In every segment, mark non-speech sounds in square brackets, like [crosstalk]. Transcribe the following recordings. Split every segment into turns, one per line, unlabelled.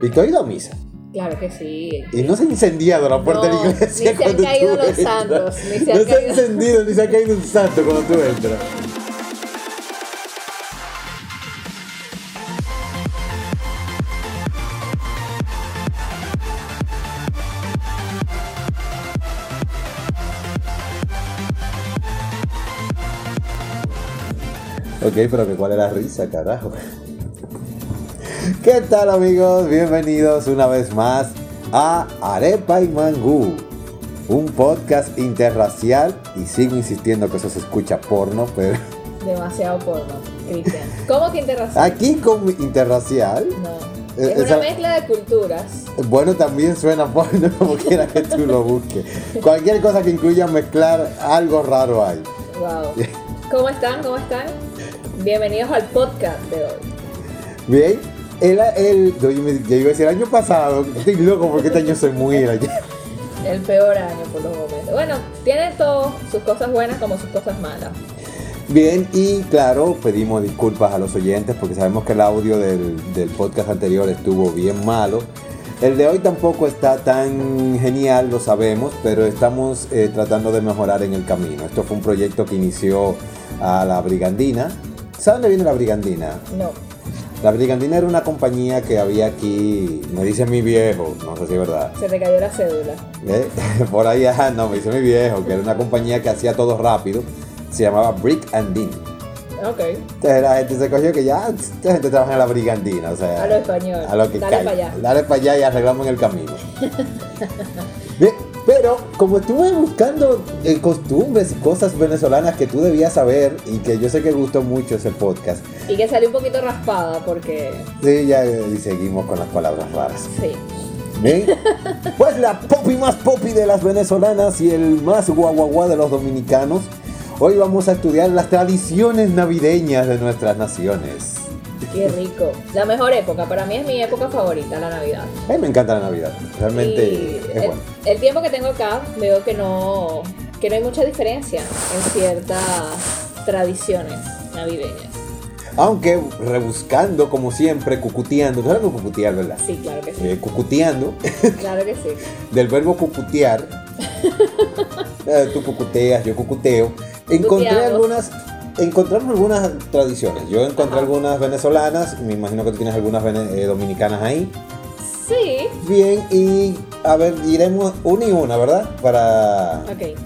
Y que ha ido a misa.
Claro que sí.
Y no se ha incendiado la puerta de la
No,
iglesia.
ni se han
cuando
caído
tú
los
entras.
santos, ni se han
no se ha
caído.
encendido ni se ha caído un santo cuando tú entras. Ok, pero que cuál era la risa, carajo. ¿Qué tal amigos? Bienvenidos una vez más a Arepa y Mangú, un podcast interracial y sigo insistiendo que eso se escucha porno, pero [laughs]
Demasiado porno, Cristian. ¿Cómo que interracial?
aquí con interracial,
No.
Eh,
Es una
esa-
mezcla de culturas.
bueno también suena porno [laughs] como quiera que tú lo busques. Cualquier cosa que incluya mezclar algo raro hay. [laughs]
Wow. ¿Cómo están? ¿Cómo están? Bienvenidos al podcast de hoy.
Bien, el, el, yo iba a decir el año pasado, estoy loco porque este año se muera ya.
El peor año por los momentos. Bueno, tiene todo, sus cosas buenas como sus cosas malas.
Bien, y claro, pedimos disculpas a los oyentes porque sabemos que el audio del, del podcast anterior estuvo bien malo. El de hoy tampoco está tan genial, lo sabemos, pero estamos eh, tratando de mejorar en el camino. Esto fue un proyecto que inició a la Brigandina. ¿Saben dónde viene la Brigandina?
No.
La Brigandina era una compañía que había aquí, me dice mi viejo, no sé si es verdad.
Se te cayó la cédula.
¿Eh? [laughs] Por ahí, ajá, no, me dice mi viejo, que era una compañía que hacía todo rápido. Se llamaba Brick and Dean.
Ok.
Entonces la gente se cogió que ya esta gente trabaja en la brigandina, o sea.
A lo español.
A lo que
Dale
caiga.
para allá.
Dale para allá y arreglamos en el
[laughs]
camino. Bien, pero como estuve buscando eh, costumbres y cosas venezolanas que tú debías saber y que yo sé que gustó mucho ese podcast.
Y que salió un poquito raspada porque.
Sí, ya eh, y seguimos con las palabras raras.
Sí. [laughs]
Bien. Pues la popi más popi de las venezolanas y el más guaguaguá de los dominicanos. Hoy vamos a estudiar las tradiciones navideñas de nuestras naciones.
Qué rico. La mejor época. Para mí es mi época favorita, la Navidad.
A mí me encanta la Navidad. Realmente
Y
es
el,
bueno.
el tiempo que tengo acá veo que no, que no hay mucha diferencia en ciertas tradiciones navideñas.
Aunque rebuscando, como siempre, cucuteando. Tú sabes lo que es cucutear, ¿verdad?
Sí, claro que sí.
Eh, cucuteando, [laughs]
Claro que sí.
del verbo
[laughs]
cucutear. eh, tú cucuteas, yo cucuteo. Encontré
Cucuteamos.
algunas. Encontramos algunas tradiciones. Yo encontré
Ajá.
algunas venezolanas. Me imagino que tú tienes algunas vene- eh, dominicanas ahí.
Sí.
Bien, y a ver, iremos una y una, ¿verdad? Para.
Ok.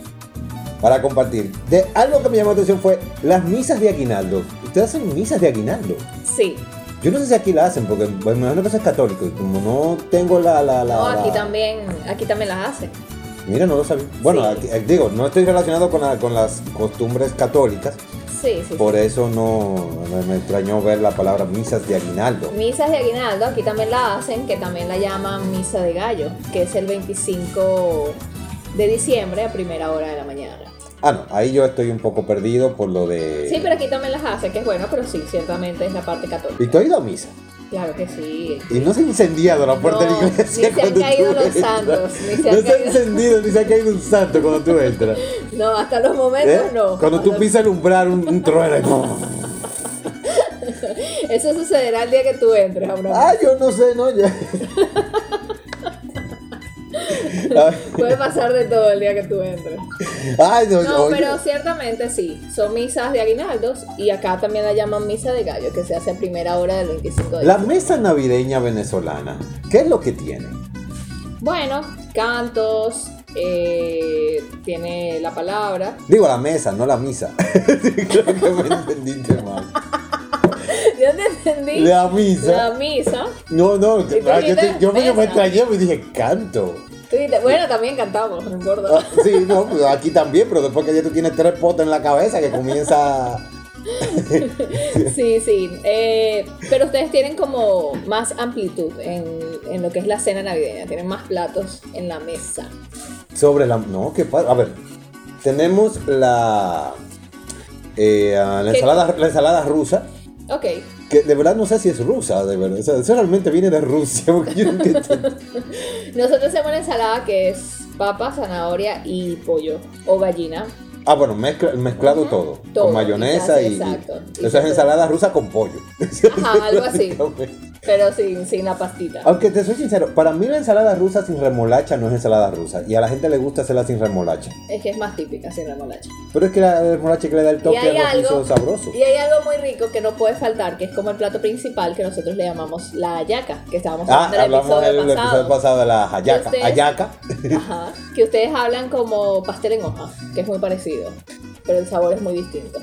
para compartir. De, algo que me llamó la atención fue las misas de aguinaldo. Ustedes hacen misas de aguinaldo.
Sí.
Yo no sé si aquí la hacen, porque me imagino que eso es católico. Y como no tengo la. la, la-
No, aquí
la-
también, aquí también las hacen.
Mira, no lo sabía. Bueno,
Sí.
aquí- eh, digo, no estoy relacionado con, la- con las costumbres católicas.
Sí, sí.
Por eso no me, me extrañó ver la palabra misas de aguinaldo.
Misas de aguinaldo, aquí también la hacen, que también la llaman misa de gallo, que es el 25 de diciembre a primera hora de la mañana.
Ah, no, ahí yo estoy un poco perdido por lo de.
Sí, pero aquí también las hacen, que es bueno, pero sí, ciertamente es la parte católica.
Y tú has ido a misa.
Claro que sí.
Y no se ha incendiado la puerta de
No,
la iglesia.
ni se han
cuando tú
caído los
entras.
santos, ni se han
no se ha
caído-
encendido, ni se ha caído un santo cuando tú entras.
No, hasta los
¿Eh?
momentos no.
Cuando tú
Hasta-
pisas el umbral, un, un trueno.
Eso sucederá el día que tú entres a una
ah, yo no sé, no,
[laughs]
ya.
Puede pasar de todo el día que tú entres.
Ay, no,
No,
oye.
pero ciertamente sí. Son misas de aguinaldos y acá también la llaman misa de gallo, que se hace a primera hora del 25 de
La mesa navideña venezolana, ¿qué es lo que tiene?
Bueno, cantos, eh, tiene la palabra. [laughs]
Digo la mesa, no la misa. [laughs] Creo que me entendiste mal.
Yo te entendí.
La misa.
La misa.
No, no,
tú
ah, yo, te-
dijiste
yo me,
mesa.
me extrañé y dije canto.
Tú dijiste- bueno, también cantamos, no importa.
Ah, Sí, no, pues aquí también, pero después que ya tú tienes tres potes en la cabeza que comienza.
Sí, sí. eh, pero ustedes tienen como más amplitud en, en lo que es la cena navideña. Tienen más platos en la mesa.
Sobre la. No, qué pasa. A ver, tenemos la. eh, ah, la,
¿Qué?
ensalada, la ensalada rusa,
Ok.
que de verdad no sé si es rusa, de verdad. O sea, eso realmente viene de Rusia. [laughs] porque yo no entiendo.
Nosotros hacemos una ensalada que es papa, zanahoria y pollo o gallina.
ah, bueno, mezcla- mezclado
Ajá,
todo,
todo,
Con mayonesa
y se hace,
y.
exacto. Y
Eso
se
es
hace-
ensalada rusa con pollo. [laughs]
[laughs] Ajá, algo así. pero sin, sin la pastita.
Aunque te soy sincero, para mí la ensalada rusa sin remolacha no es ensalada rusa. Y a la gente le gusta hacerla sin remolacha.
Es que es más típica sin remolacha.
Pero es que la remolacha que le da el
Y
toque
hay,
al rojizo
algo,
sabroso.
y hay algo muy rico que no puede faltar, que es como el plato principal que nosotros le llamamos la hallaca, que estábamos
Ah,
hablando en el
hablamos
episodio
del episodio
pasado. Este
pasado de la hallaca.
Ustedes-
Hallaca.
Ajá, que ustedes hablan como pastel en hoja, que es muy parecido, pero el sabor es muy distinto.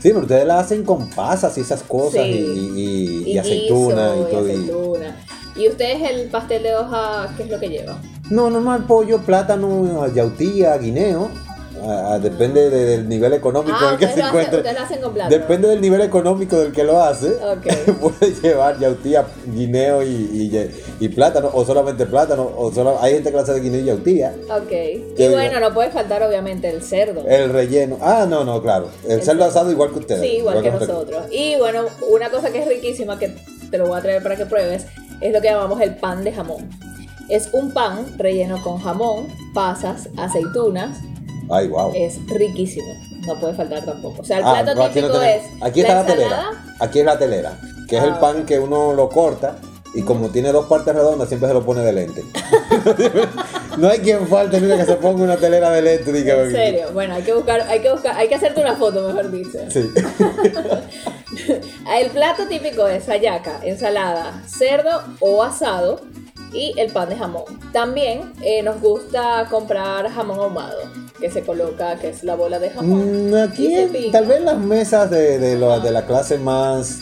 Sí, pero ustedes la hacen con pasas y esas cosas
Sí.
y, y- y- y
guiso,
aceituna y
y
todo. y-
aceituna. Y ustedes el pastel de hoja, ¿qué es lo que lleva?
No, normal, pollo, plátano, yautía, guineo. Ah, ah, depende de- del nivel económico en
Ah,
el que
ustedes
se
lo, hacen,
encuentre.
ustedes lo hacen con plátano.
Depende del nivel económico del que lo hace.
Ok.
[laughs] Puede llevar yautía, guineo y, y- y plátano, o solamente plátano, o solo, hay gente que lo hace de guineo y yautía. [laughs]
Ok. Y
digo?
bueno, no puede faltar obviamente el cerdo.
El relleno. Ah, no, no, claro. El
El
cerdo
cerdo.
asado igual que ustedes.
Sí, igual que
nosotros.
nosotros. Y bueno, una cosa que es riquísima, que te lo voy a traer para que pruebes, es lo que llamamos el pan de jamón. Es un pan relleno con jamón, pasas, aceitunas.
Ay, wow.
Es riquísimo. No puede faltar tampoco. O sea, el
Ah,
plato
no, aquí no
típico es
tenemos- Aquí está la, telera.
ensalada.
Aquí es la telera. Que es
Ah,
el pan que uno lo corta y como tiene dos partes redondas, siempre se lo pone de
[laughs]
lente. no hay quien falte nunca que se ponga una telera de lente. diga,
En serio, bueno, hay que buscar, hay que buscar, hay que hacerte una foto, mejor dicho.
Sí.
El plato típico es hallaca, ensalada, cerdo o asado y el pan de jamón. También eh, nos gusta comprar jamón ahumado, que se coloca, que es la bola de jamón.
Mm, Aquí,
Y se
en-
pica. Ah.
tal vez las mesas de, de lo- de la clase más,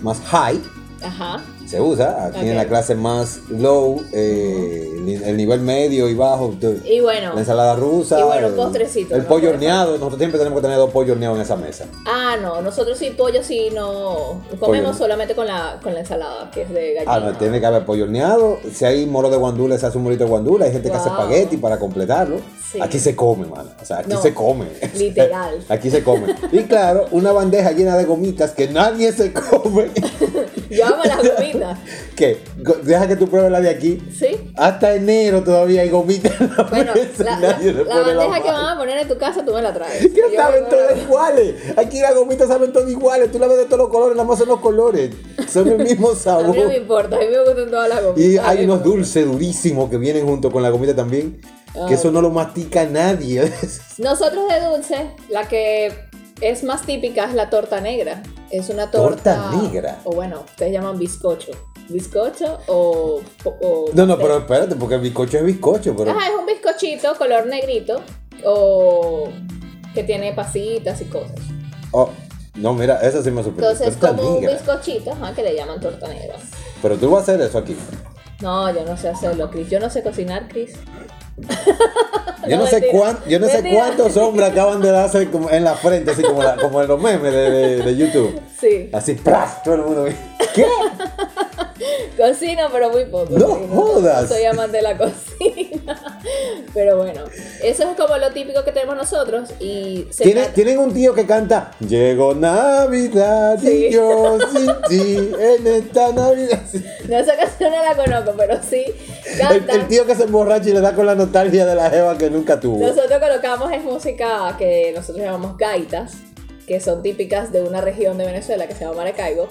más high
Ajá.
se usa. Aquí en
Ok.
la clase más low, eh, ni- el nivel medio y bajo. tú-
Y bueno,
La ensalada rusa.
Y bueno,
el-
postrecito,
El
¿no?
pollo horneado. Nosotros siempre tenemos que tener dos pollos horneados en esa mesa.
ah no, nosotros sí pollo sí no comemos
no.
solamente con la con la ensalada, que es de gallina.
Ah, no, tiene que haber pollo horneado. Si hay moro de guandula, se hace un morito de guandula. Hay gente que hace
Wow.
espagueti para completarlo.
Sí.
Aquí se come, mano. O sea, aquí
No.
se come. O sea,
Literal.
[laughs] aquí se come. Y claro, una bandeja llena de gomitas que nadie se come. [laughs]
Yo amo las gomitas.
que go- deja que tú pruebes la de aquí.
¿Sí?
Hasta enero todavía hay gomitas. en la [laughs]
Bueno,
mesa y
la, la-
nadie le
la
pone
bandeja que
mano.
van a poner en tu casa tú me la traes.
Es
Yo
que saben
me-
todas iguales. Aquí las gomitas saben todas iguales. Tú la ves de todos los colores, nada más son los colores. Son el mismo
A mí no me
sabor.
importa, a mí me gustan todas las gomitas.
Y
a mí
hay
me
unos
gustan.
dulces durísimos que vienen junto con la gomita también.
Ah,
Que eso no lo mastica nadie. [laughs]
Nosotros de dulce, la que es más típica es la torta negra. Es una torta.
¿Torta negra?
O bueno, ustedes llaman bizcocho. ¿Bizcocho o.? o-
No, no, pero espérate, porque el bizcocho es bizcocho, pero.
Ajá, es un bizcochito color negrito o. que tiene pasitas y cosas.
Oh, no, mira, eso sí me sorprendió.
Entonces,
Torta
como un
negra.
bizcochito, ajá, que le llaman torta negra.
Pero tú vas a hacer eso aquí.
No, yo no sé hacerlo, Chris. Yo no sé cocinar, Chris.
Yo no,
No,
sé,
mentira.
cuán- yo no sé
Mentira.
cuántos hombres acaban de darse como en la frente, así como, la- como en los memes de, de- de YouTube.
Sí.
Así, ¡pras! Todo el mundo. ¿Qué?
Cocino, pero muy poco.
No
sí,
jodas.
no soy amante de la cocina. [laughs] Pero bueno, eso es como lo típico que tenemos nosotros. Y se
Tiene-
trata-
tienen un tío que canta Llegó Navidad y
Sí.
yo sin ti en esta Navidad.
[laughs] no, esa canción no la conozco, pero sí
[laughs] El,
cantan.
el tío que se emborracha y le da con la nostalgia de la jeva que nunca tuvo.
Nosotros colocamos es música que nosotros llamamos gaitas, que son típicas de una región de Venezuela que se llama Maracaibo.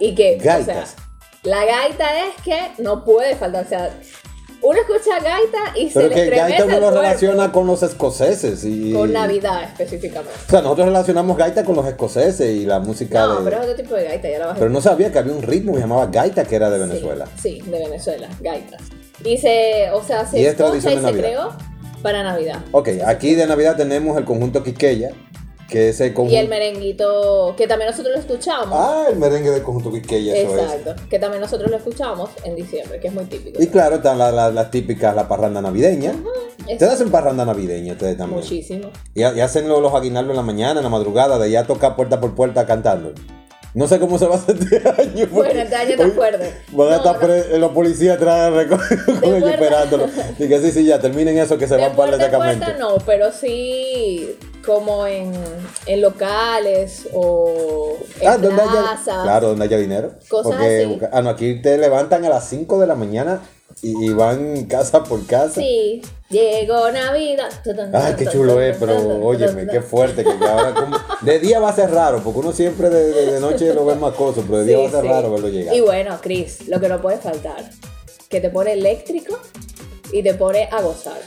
Y que, o sea,
Gaitas.
la gaita es que no puede faltar. O sea, uno escucha gaita y se
Pero
le
que
estremece
Gaita uno
el
lo
cuerpo
relaciona con los escoceses. Y,
con Navidad específicamente.
O sea, nosotros relacionamos Gaita con los escoceses y la música
No,
de...
pero es otro tipo de gaita, ya la vas a
pero no sabía que había un ritmo que se llamaba Gaita que era de Venezuela.
Sí, sí, de Venezuela, gaitas. Y se, o sea, se
Y es
escucha
tradición
y
de
se
Navidad.
creó para Navidad.
Ok, aquí de Navidad tenemos el conjunto Quiqueya, que es el
Y
conjunto...
el merenguito, que también nosotros lo escuchamos.
Ah, el merengue del conjunto Quiqueya, eso es.
Exacto, que también nosotros lo escuchamos en diciembre, que es muy típico.
Y claro, están la- la- las típicas, la parranda navideña.
Es
Ustedes hacen parranda navideña, ustedes también.
muchísimo.
Y, ha- y hacen lo- los aguinaldos en la mañana, en la madrugada, de ya tocar puerta por puerta cantando. No sé cómo se va a hacer este [laughs] año. porque
Bueno, este año te
hoy
acuerdes.
Van a
No,
estar
no.
pre- los policías atrás [laughs] de reco- con ellos
puerta.
esperándolo. Y que sí, sí, ya terminen eso que se
De
van para el
puerta en puerta
destacamento.
no, pero sí como en, en locales o en
Ah, donde haya,
plazas.
claro, donde haya dinero.
Cosas
Porque-
así.
Ah, no, aquí te levantan a las 5 de la mañana y, y van casa por casa.
Sí, llegó Navidad.
Ay, Ah, qué chulo es, pero óyeme, qué fuerte que ya ahora como... De día va a ser raro, porque uno siempre de, de- de noche lo ve más coso, pero de día va a ser raro verlo llegar.
Y bueno, Chris, lo que no puede faltar, que te pone eléctrico y te pone a gozar.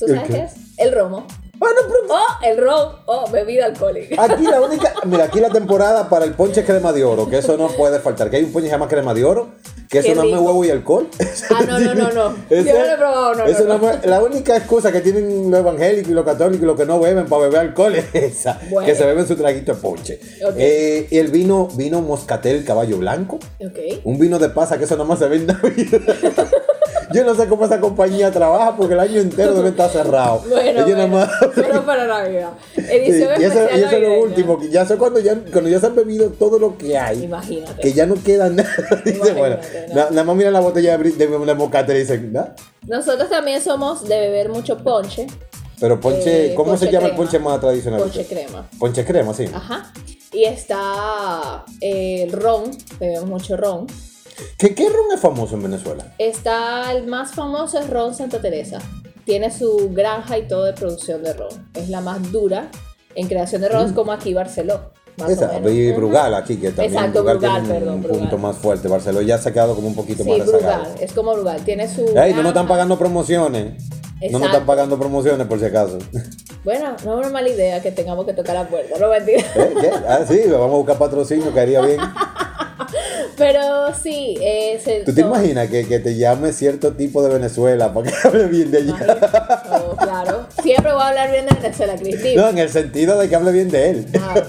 ¿Tú
¿El
sabes
qué?
qué es? El romo.
Bueno, pero
Oh, el ron. Oh, bebida alcohólica.
aquí la única, mira, aquí la temporada para el ponche es crema de oro, que eso no puede faltar, que hay un ponche que se llama crema de oro, que eso
Qué
no es
rico.
huevo y alcohol.
Ah, no, no, no,
[laughs]
no.
Eso-
Yo no lo he probado, no,
eso
no, no.
nada más- La única excusa que tienen los evangélicos y los católicos y los que no beben para beber alcohol es esa.
Bueno.
Que se beben su traguito de ponche.
Ok.
Eh, y el vino, vino moscatel caballo blanco.
Ok.
Un vino de pasa que eso nada más se ve en Navidad. [laughs] Yo no sé cómo esa compañía trabaja porque el año entero debe estar cerrado.
Bueno,
Ellos nada
bueno,
más-
pero para Navidad.
Sí,
Edición
y eso, y eso
especial
es lo
navideña.
último, que ya sé cuando ya, cuando ya se han bebido todo lo que hay,
Imagínate.
que ya no queda nada. [laughs] Dice,
Imagínate,
bueno,
¿no?
na- nada más mira la botella de, bri- de, de moscatel y dicen, ¿no?
Nosotros también somos de beber mucho ponche.
Pero ponche,
Eh,
¿cómo
ponche
se llama el
crema.
ponche más tradicional?
Ponche crema. Ah.
Ponche crema, sí.
Ajá. Y está eh, el ron, bebemos mucho ron.
¿Qué, ¿Qué ron es famoso en Venezuela?
Está el más famoso es Ron Santa Teresa. Tiene su granja y todo de producción de ron. Es la más dura en creación de ron, es como aquí Barceló. más o
Mm. Esa,
menos.
y
Ujú.
Brugal aquí, que también
Exacto,
Brugal,
Brugal,
tiene un,
perdón,
un
Brugal.
punto más fuerte. Barcelona ya se ha quedado como un poquito
Sí,
más rezagado.
Brugal, es como Brugal. Tiene su.
Ey, no nos están
granja.
pagando promociones. No nos
Exacto.
están pagando promociones por si acaso. [laughs]
Bueno, no es una mala idea que tengamos que tocar la puerta, no mentira. [laughs]
¿Eh? ¿Qué? Ah, sí, vamos a buscar patrocinio, que haría bien.
Pero sí, es el.
¿Tú te
son-
imaginas que, que te llame cierto tipo de Venezuela para que hable bien de allá?
Imagínate. Oh, claro. Siempre voy a hablar bien de Venezuela, Cristina.
No, en el sentido de que hable bien de él.
Ah,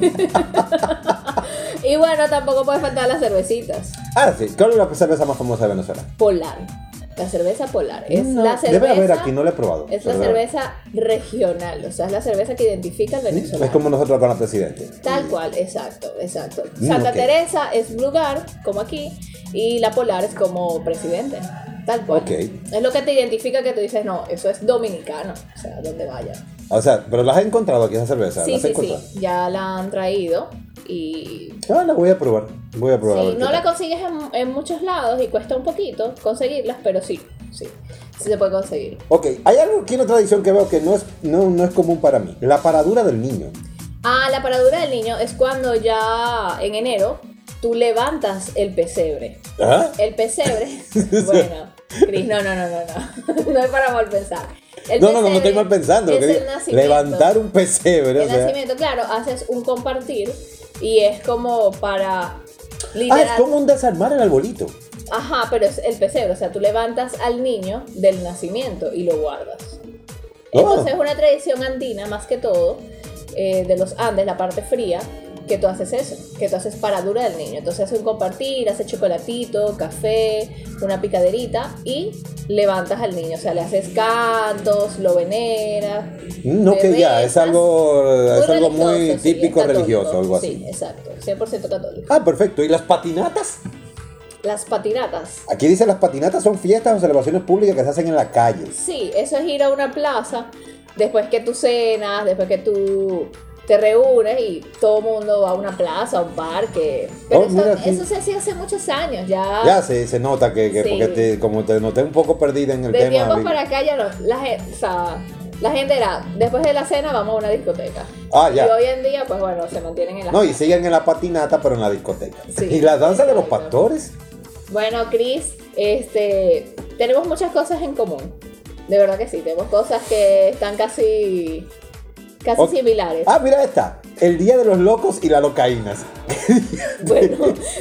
no. [laughs] y bueno, tampoco puede faltar las cervecitas.
Ah, sí. ¿Cuál es la cerveza más famosa de Venezuela?
Polar. La cerveza polar. Es
No,
la cerveza.
Debe haber aquí, no la he probado.
Es la
Pero-
cerveza regional. O sea, es la cerveza que identifica al venezolano.
Es como nosotros con la presidente.
Tal cual, exacto, exacto.
Mm,
Santa
ok.
Teresa es lugar, como aquí, y la Polar es como presidente. Tal cual.
Ok.
Es lo que te identifica que tú dices, no, eso es dominicano. O sea, donde vaya.
O sea, pero las has encontrado aquí esa cerveza.
sí,
las has
sí,
encontrado.
sí. Ya la han traído y.
Ah, la voy a probar. Voy a probar. a
Sí,
ver
no
qué
la
tal.
consigues en, en muchos lados y cuesta un poquito conseguirlas, pero sí, sí, sí se puede conseguir.
Ok, hay algo aquí en otra tradición que veo que no es, no, no es común para mí. La paradura del niño.
Ah, la paradura del niño es cuando ya en enero tú levantas el pesebre.
¿Ah?
El
[laughs]
pesebre. bueno, Cris, no, no, no, no, no. [laughs] No es para mal pensar. El
No, no, no, no
pesebre
estoy mal pensando. lo
Es
que
el
digo.
nacimiento.
Levantar un pesebre. o
El
sea.
nacimiento, claro, haces un compartir y es como para.
Ah, es
Literal,
como un desarmar el arbolito.
Ajá, pero es el pesebre, o sea, tú levantas al niño del nacimiento y lo guardas.
Oh.
Entonces es una tradición andina, más que todo, eh, de los Andes, la parte fría, que tú haces eso, que tú haces paradura del niño. Entonces haces un compartir, haces chocolatito, café, una picaderita y levantas al niño, o sea, le haces cantos, lo veneras.
No,
le
que ya, es
besas.
algo, es algo
religioso,
muy
sí,
típico
es católico.
religioso, algo así.
Sí, exacto, 100% católico.
Ah, perfecto. ¿Y las patinatas?
Las patinatas.
Aquí dice las patinatas son fiestas o celebraciones públicas que se hacen en las calles.
Sí, eso es ir a una plaza después que tú cenas, después que tú te reúnes y todo el mundo va a una plaza, a un parque. Pero
Oh,
eso,
mira aquí.
eso se hacía hace muchos años, ya.
Ya se, se nota que, que
Ah. Sí.
porque te- como te noté un poco perdida en el
de
tema.
tiempos
vi-
para acá ya no. La, gen- o sea, la gente era, después de la cena vamos a una discoteca.
Ah, ya.
Y hoy en día, pues bueno, se mantienen en la...
No, y siguen en la patinata, pero en la discoteca.
Sí.
[laughs] ¿Y la danza de los
Exacto.
pastores?
Bueno, Chris, este, tenemos muchas cosas en común. De verdad que sí, tenemos cosas que están casi, casi
Oh.
similares.
Ah, mira esta. El día de los locos y las locaínas. [laughs]
Bueno,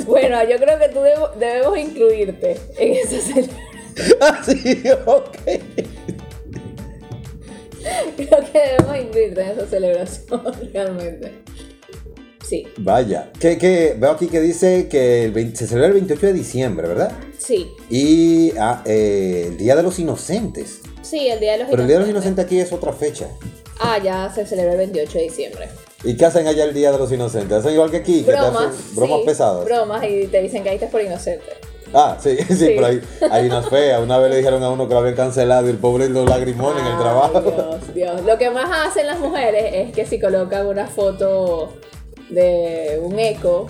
bueno, yo creo que tú debo- debemos incluirte en esa celebración.
ah, sí, ok.
[laughs] Creo que debemos incluirte en esa celebración, [laughs] realmente. Sí,
Vaya. Que, que veo aquí que dice que el 20 se celebra el 28 de diciembre, ¿verdad?
sí,
Y ah, eh, el Día de los Inocentes.
sí, el Día de los
Pero el Día de los Inocentes
Inocentes.
aquí es otra fecha.
Ah, ya se celebra el 28 de diciembre.
¿Y qué hacen allá el Día de los Inocentes? ¿Hacen igual que aquí? que te hacen
Bromas.
bromas
sí,
pesadas.
Bromas y te dicen que ahí estás por inocente.
Ah, sí, [laughs] sí,
Sí.
pero hay, hay unas feas. Una vez le dijeron a uno que lo habían cancelado y el pobre lo lagrimón en el
Ay,
trabajo.
Ah, Dios, Dios. Lo que más hacen las mujeres es que si colocan una foto de un eco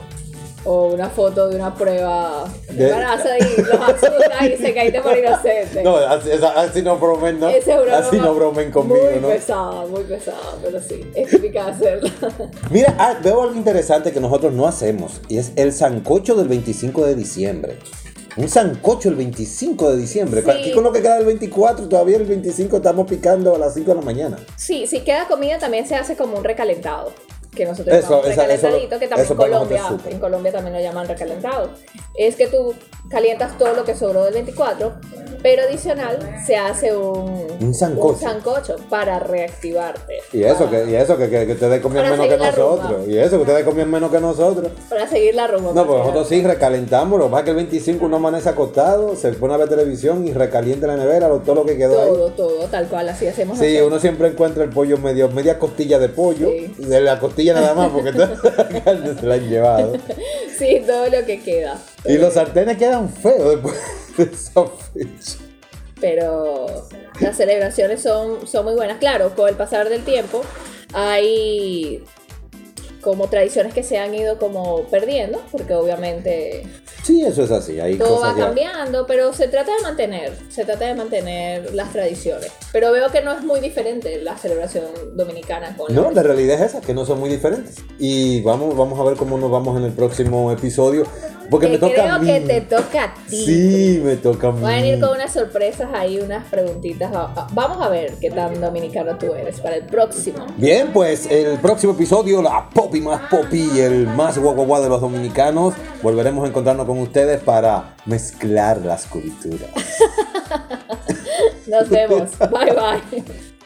o una foto de una prueba de embarazo y los asusta y se caíste por
[laughs]
inocente.
No, así, esa- así no bromen, ¿no?
Ese es una
así
broma
no bromen conmigo,
Muy
¿no?
pesada, muy pesada, pero sí, es típica de hacerla.
Mira, ah, veo algo interesante que nosotros no hacemos y es el sancocho del 25 de diciembre. Un sancocho el 25 de diciembre.
Sí.
Aquí con lo que queda el 24, todavía el 25 estamos picando a las 5 de la mañana.
Sí, si queda comida también se hace como un recalentado. Que nosotros
Eso,
llamamos
esa-
recalentadito,
eso-
que también
eso
en
para nosotros
Colombia,
es súper.
en Colombia también lo llaman recalentado. Es que tú calientas todo lo que sobró del 24, pero adicional se hace un,
Un sancocho.
un sancocho para reactivarte.
Y eso,
para,
que, y eso que, que- que ustedes comían
Para
menos que
seguir la rumba.
nosotros. Y eso que ustedes comían menos que nosotros.
Para seguir la rumba.
No, pues
porque-
nosotros sí recalentamos. Lo que pasa es que el 25 uno amanece acostado, se pone a ver televisión y recalienta la nevera, lo- todo lo que quedó ahí.
Todo, todo, tal cual, así hacemos
Sí,
nosotros.
uno siempre encuentra el pollo medio, media costilla de pollo,
Sí.
de la costilla nada más, porque toda
[laughs]
la carne se la han llevado.
Sí, todo lo que queda.
Y los sartenes quedan feos después [laughs] de esa fecha.
pero las celebraciones son, son muy buenas. Claro, con el pasar del tiempo hay como tradiciones que se han ido como perdiendo, porque obviamente
Sí, eso es así. Hay
todo va
cosas ya-
cambiando, pero se trata de mantener, se trata de mantener las tradiciones. Pero veo que no es muy diferente la celebración dominicana con la-
No, la realidad es esa, que no son muy diferentes. Y vamos, vamos a ver cómo nos vamos en el próximo episodio. Porque
que
me toca
Eh, creo
a mí.
que te toca a ti.
Sí, me toca a mí.
Van a venir con unas sorpresas ahí, unas preguntitas. Va- va- Vamos a ver qué tan dominicano tú eres para el próximo.
Bien, pues el próximo episodio, la Poppy más Poppy, el más guaguaguá de los dominicanos. Volveremos a encontrarnos con ustedes para mezclar las culturas. [laughs]
Nos vemos. Bye bye.